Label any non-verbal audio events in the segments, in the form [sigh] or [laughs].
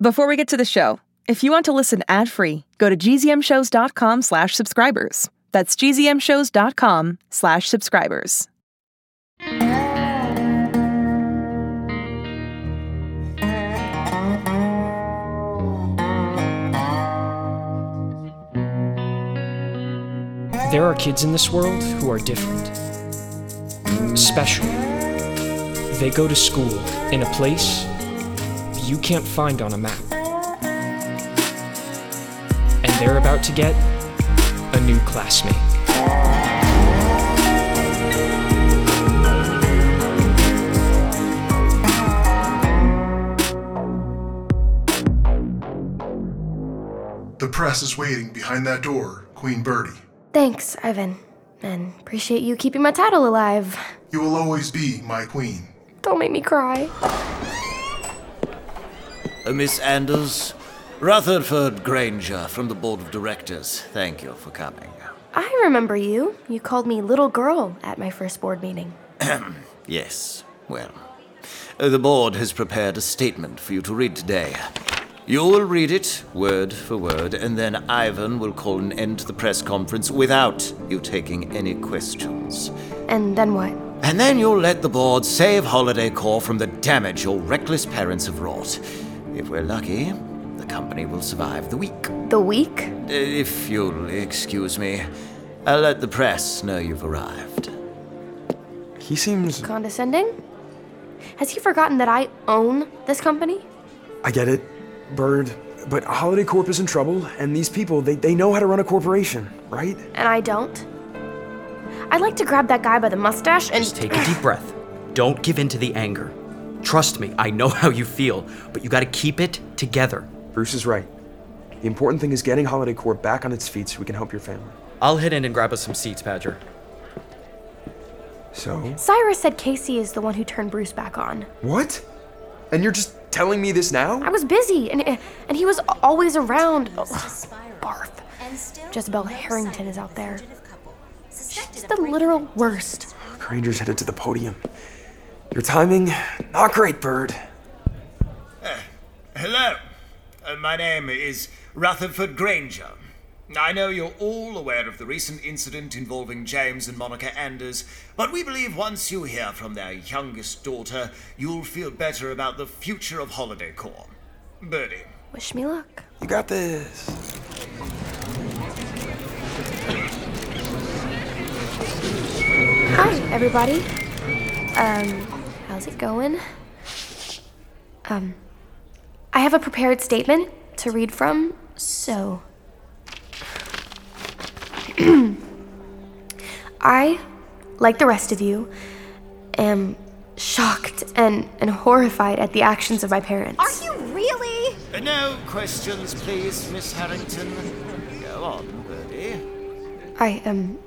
Before we get to the show, if you want to listen ad-free, go to gzmshows.com slash subscribers. That's gzmshows.com slash subscribers. There are kids in this world who are different, special. They go to school in a place you can't find on a map. And they're about to get a new classmate. The press is waiting behind that door, Queen Birdie. Thanks, Ivan. And appreciate you keeping my title alive. You will always be my queen. Don't make me cry. Uh, Miss Anders? Rutherford Granger from the Board of Directors. Thank you for coming. I remember you. You called me little girl at my first board meeting. Yes, well, uh, the board has prepared a statement for you to read today. You will read it word for word, and then Ivan will call an end to the press conference without you taking any questions. And then what? And then you'll let the board save Holiday Corps from the damage your reckless parents have wrought. If we're lucky, the company will survive the week. The week? Uh, If you'll excuse me, I'll let the press know you've arrived. He seems. Condescending? Has he forgotten that I own this company? I get it, Bird. But Holiday Corp is in trouble, and these people, they, they know how to run a corporation, right? And I don't? I'd like to grab that guy by the mustache and. Just take a deep breath. Don't give in to the anger. Trust me, I know [laughs] how you feel, but you gotta keep it together. Bruce is right. The important thing is getting Holiday Corp back on its feet so we can help your family. I'll head in and grab us some seats, Badger. So. Cyrus said Casey is the one who turned Bruce back on. What? And you're just telling me this now? I was busy, and and he was always around. Ugh, barf. Jezebel Harrington is out there. She's the literal worst. Granger's headed to the podium. Your timing, not great, Bird. Hello. Uh, my name is Rutherford Granger. I know you're all aware of the recent incident involving James and Monica Anders, but we believe once you hear from their youngest daughter, you'll feel better about the future of Holiday Corps. Birdie. Wish me luck. You got this. Hi, everybody. Um, how's it going? Um, I have a prepared statement to read from, so. [clears throat] I, like the rest of you, am shocked and, and horrified at the actions of my parents. Are you really? Uh, no questions, please, Miss Harrington. Go on, Birdie. I am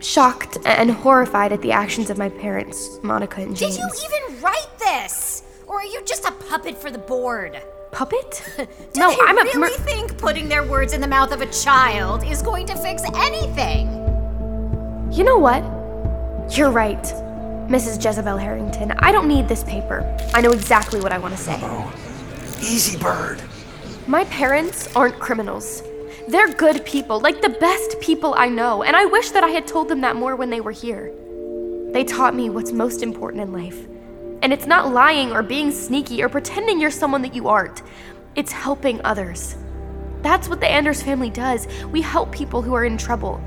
shocked and horrified at the actions of my parents, Monica and James. Did you e- even write this? Or are you just a puppet for the board? [laughs] puppet? Do no, they I'm a really mer- think putting their words in the mouth of a child is going to fix anything? You know what? You're right. Mrs. Jezebel Harrington, I don't need this paper. I know exactly what I want to say. Easy, Bird. My parents aren't criminals. They're good people, like the best people I know, and I wish that I had told them that more when they were here. They taught me what's most important in life. And it's not lying or being sneaky or pretending you're someone that you aren't, it's helping others. That's what the Anders family does. We help people who are in trouble.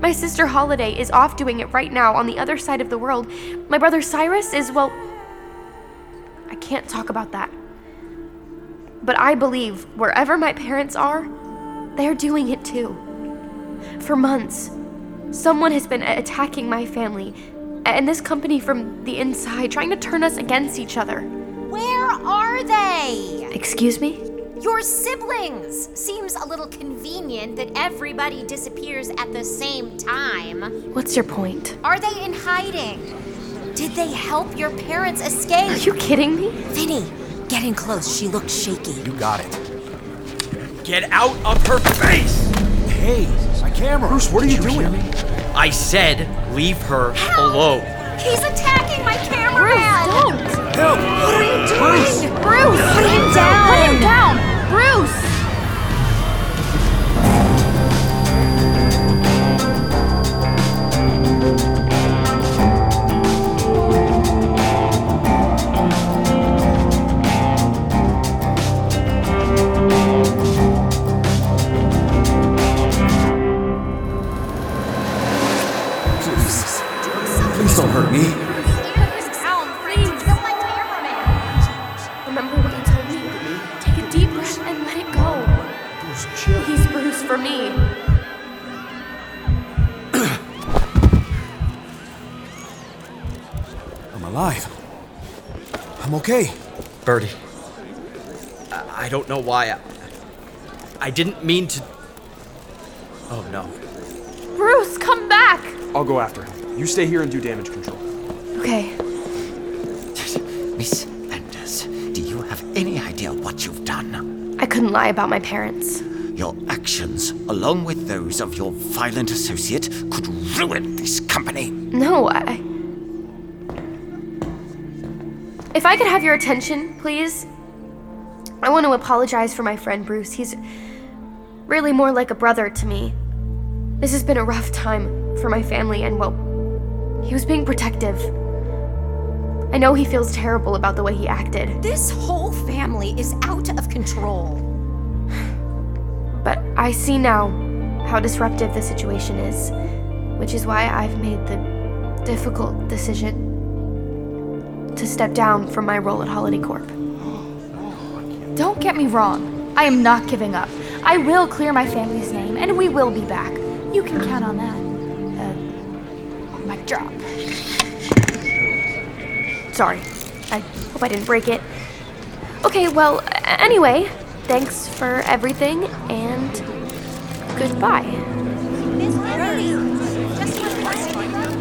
My sister Holiday is off doing it right now on the other side of the world. My brother Cyrus is, well, I can't talk about that. But I believe wherever my parents are, they're doing it too. For months, someone has been a- attacking my family a- and this company from the inside, trying to turn us against each other. Where are they? Excuse me? Your siblings! Seems a little convenient that everybody disappears at the same time. What's your point? Are they in hiding? Did they help your parents Are escape? you kidding me? Vinny, get in close. She looked shaky. Get out of her face! Bruce, what are you, doing? I said, leave her alone. He's attacking my Bruce, cameraman! don't! What are you doing? Bruce! Put him down! Put him down! for me. I'm alive. I'm okay. Birdie. I, I don't know why. I, I didn't mean to. Oh no. Bruce, come back! I'll go after him. You stay here and do damage control. Okay. [laughs] Miss Anders, do you have any idea what you've done? I couldn't lie about my parents. Your actions, along with those of your violent associate, could ruin this company. No, I. If I could have your attention, please. I want to apologize for my friend Bruce. He's really more like a brother to me. This has been a rough time for my family, and well, he was being protective. I know he feels terrible about the way he acted, This whole family is out of control. but I see now how disruptive the situation is, which is why I've made the difficult decision to step down from my role at Holiday Corp. Don't get me wrong, I am not giving up. I will clear my family's name, and we will be back. You can count on that. Uh, mic drop. Sorry, I hope I didn't break it. Okay, well, a- anyway, thanks for everything, and goodbye. Miss Henry, just one question.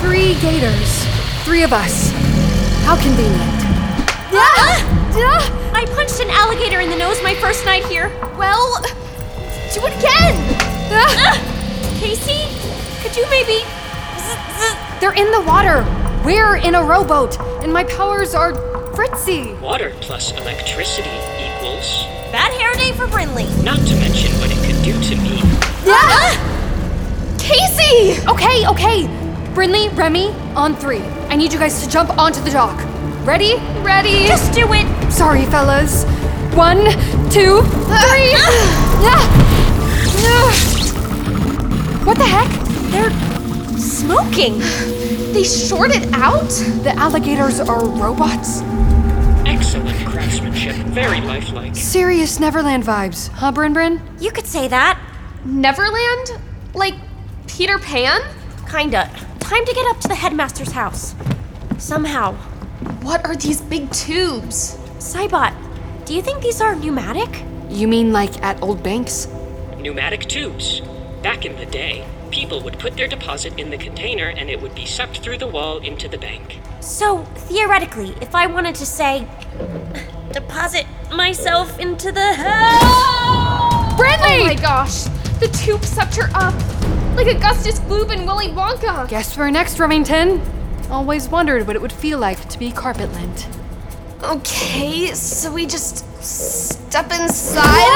Three gators. Three of us. How convenient. Ah! I punched an alligator in the nose my first night here. Well, do it again. Ah! Casey, could you maybe? They're in the water. We're in a rowboat, and my powers are fritzy. Water plus electricity equals. Bad hair day for Brinley. Not to mention what it could do to me. Casey! Okay, okay. Brinley, Remy, on three. I need you guys to jump onto the dock. Ready? Ready. Just do it. Sorry, fellas. One, two, three. Ah. Ah. What the heck? They're smoking. They shorted out? The alligators are robots. Excellent craftsmanship, very lifelike. Serious Neverland vibes, huh, Bryn Bryn? You could say that. Neverland? Like Peter Pan? Kinda. Time to get up to the headmaster's house. Somehow. What are these big tubes? Cybot, do you think these are pneumatic? You mean like at old banks? Pneumatic tubes. Back in the day, people would put their deposit in the container and it would be sucked through the wall into the bank. So, theoretically, if I wanted to say, deposit myself into the house. Bradley! Oh my gosh, the tube sucked her up like Augustus Gloop and Willy Wonka. Guess we're next, Remington. Always wondered what it would feel like to be carpet lint. Okay, so we just step inside.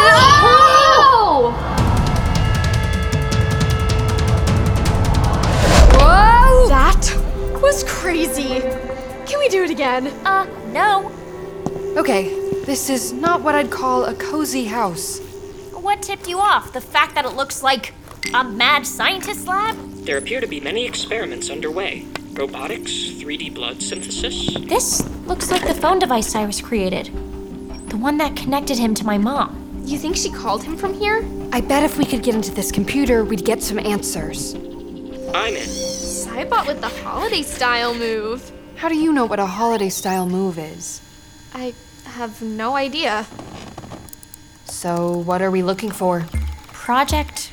Whoa! That was crazy. Can we do it again? Uh, no. Okay, this is not what I'd call a cozy house. What tipped you off? The fact that it looks like a mad scientist lab? There appear to be many experiments underway robotics, 3D blood synthesis. This looks like the phone device Cyrus created. The one that connected him to my mom. You think she called him from here? I bet if we could get into this computer, we'd get some answers. I'm in. Cybot with the holiday style move. How do you know what a holiday style move is? I have no idea. So, what are we looking for? Project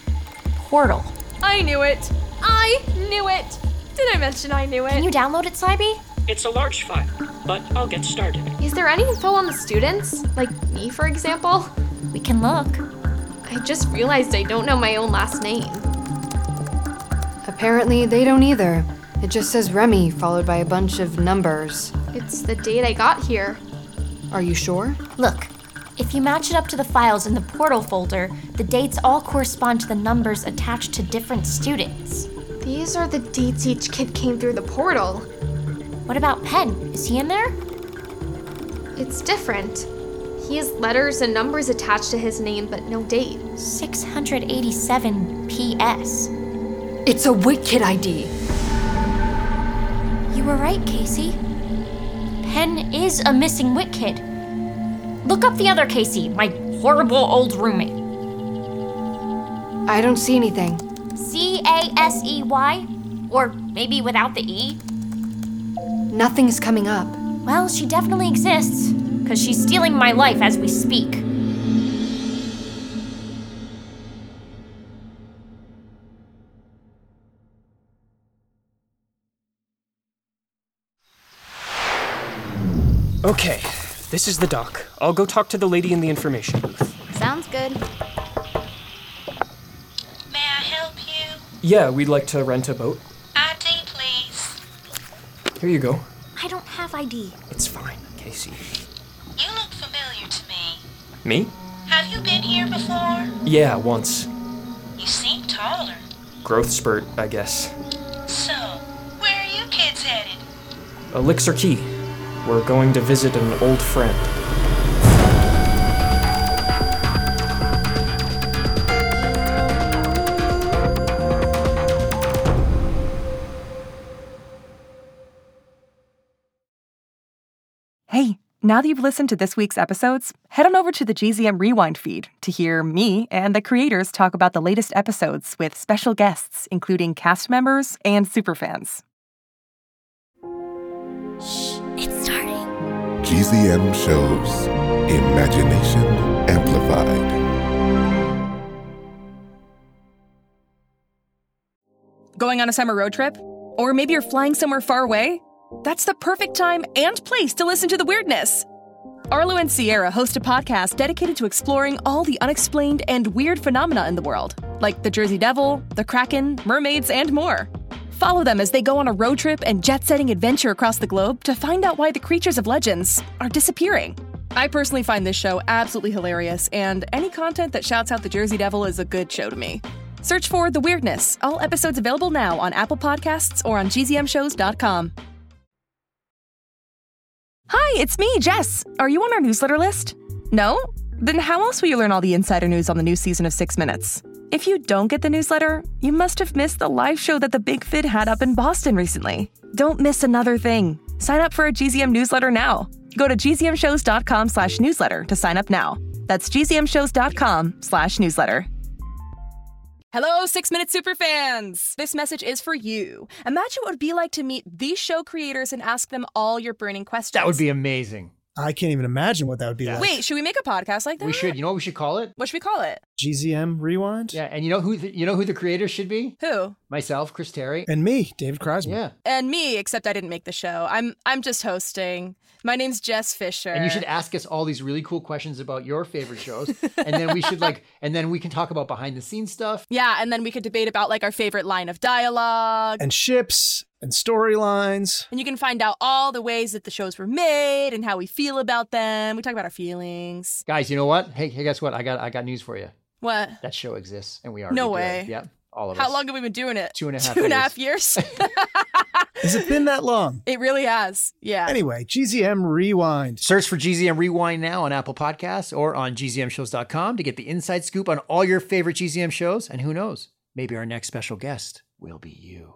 Portal. I knew it. I knew it. Did I mention I knew it? Can you download it, Cybee? It's a large file, but I'll get started. Is there any info on the students? Like me, for example? We can look. I just realized I don't know my own last name. Apparently, they don't either. It just says Remy, followed by a bunch of numbers. It's the date I got here. Are you sure? Look, if you match it up to the files in the portal folder, the dates all correspond to the numbers attached to different students. These are the dates each kid came through the portal. What about Penn? Is he in there? It's different. He has letters and numbers attached to his name, but no date. 687 PS. It's a WitKit ID. You were right, Casey. Penn is a missing wit kid. Look up the other Casey, my horrible old roommate. I don't see anything. C A S E Y? Or maybe without the E? Nothing's coming up. Well, she definitely exists, because she's stealing my life as we speak. Okay, this is the doc. I'll go talk to the lady in the information booth. Sounds good. Yeah, we'd like to rent a boat. ID, please. Here you go. I don't have ID. It's fine, Casey. You look familiar to me. Me? Have you been here before? Yeah, once. You seem taller. Growth spurt, I guess. So, where are you kids headed? Elixir Key. We're going to visit an old friend. Hey, now that you've listened to this week's episodes, head on over to the GZM Rewind feed to hear me and the creators talk about the latest episodes with special guests, including cast members and superfans. It's starting. GZM shows Imagination Amplified. Going on a summer road trip? Or maybe you're flying somewhere far away? That's the perfect time and place to listen to the weirdness. Arlo and Sierra host a podcast dedicated to exploring all the unexplained and weird phenomena in the world, like the Jersey Devil, the Kraken, mermaids, and more. Follow them as they go on a road trip and jet setting adventure across the globe to find out why the creatures of legends are disappearing. I personally find this show absolutely hilarious, and any content that shouts out the Jersey Devil is a good show to me. Search for The Weirdness, all episodes available now on Apple Podcasts or on gzmshows.com. Hi, it's me, Jess. Are you on our newsletter list? No? Then how else will you learn all the insider news on the new season of Six Minutes? If you don't get the newsletter, you must have missed the live show that the Big Fid had up in Boston recently. Don't miss another thing. Sign up for a GZM newsletter now. Go to gzmshows.com slash newsletter to sign up now. That's gzmshows.com slash newsletter. Hello, Six Minute Superfans! This message is for you. Imagine what it would be like to meet these show creators and ask them all your burning questions. That would be amazing. I can't even imagine what that would be like. Wait, should we make a podcast like that? We should. You know what we should call it? What should we call it? GZM Rewind? Yeah, and you know who the, you know who the creator should be? Who? Myself, Chris Terry, And me, David Crosby. Yeah. And me, except I didn't make the show. I'm I'm just hosting. My name's Jess Fisher. And you should ask us all these really cool questions about your favorite shows, and then we should like, and then we can talk about behind the scenes stuff. Yeah, and then we could debate about like our favorite line of dialogue. And ships and storylines. And you can find out all the ways that the shows were made and how we feel about them. We talk about our feelings. Guys, you know what? Hey, hey, guess what? I got I got news for you. What? That show exists, and we are. No way. Yep. All of How us. long have we been doing it? Two and a half Two and a half years. [laughs] Has it been that long? it really has. Yeah. Anyway, GZM Rewind. Search for GZM Rewind now on Apple Podcasts or on gzmshows.com to get the inside scoop on all your favorite GZM shows. And who knows, maybe our next special guest will be you.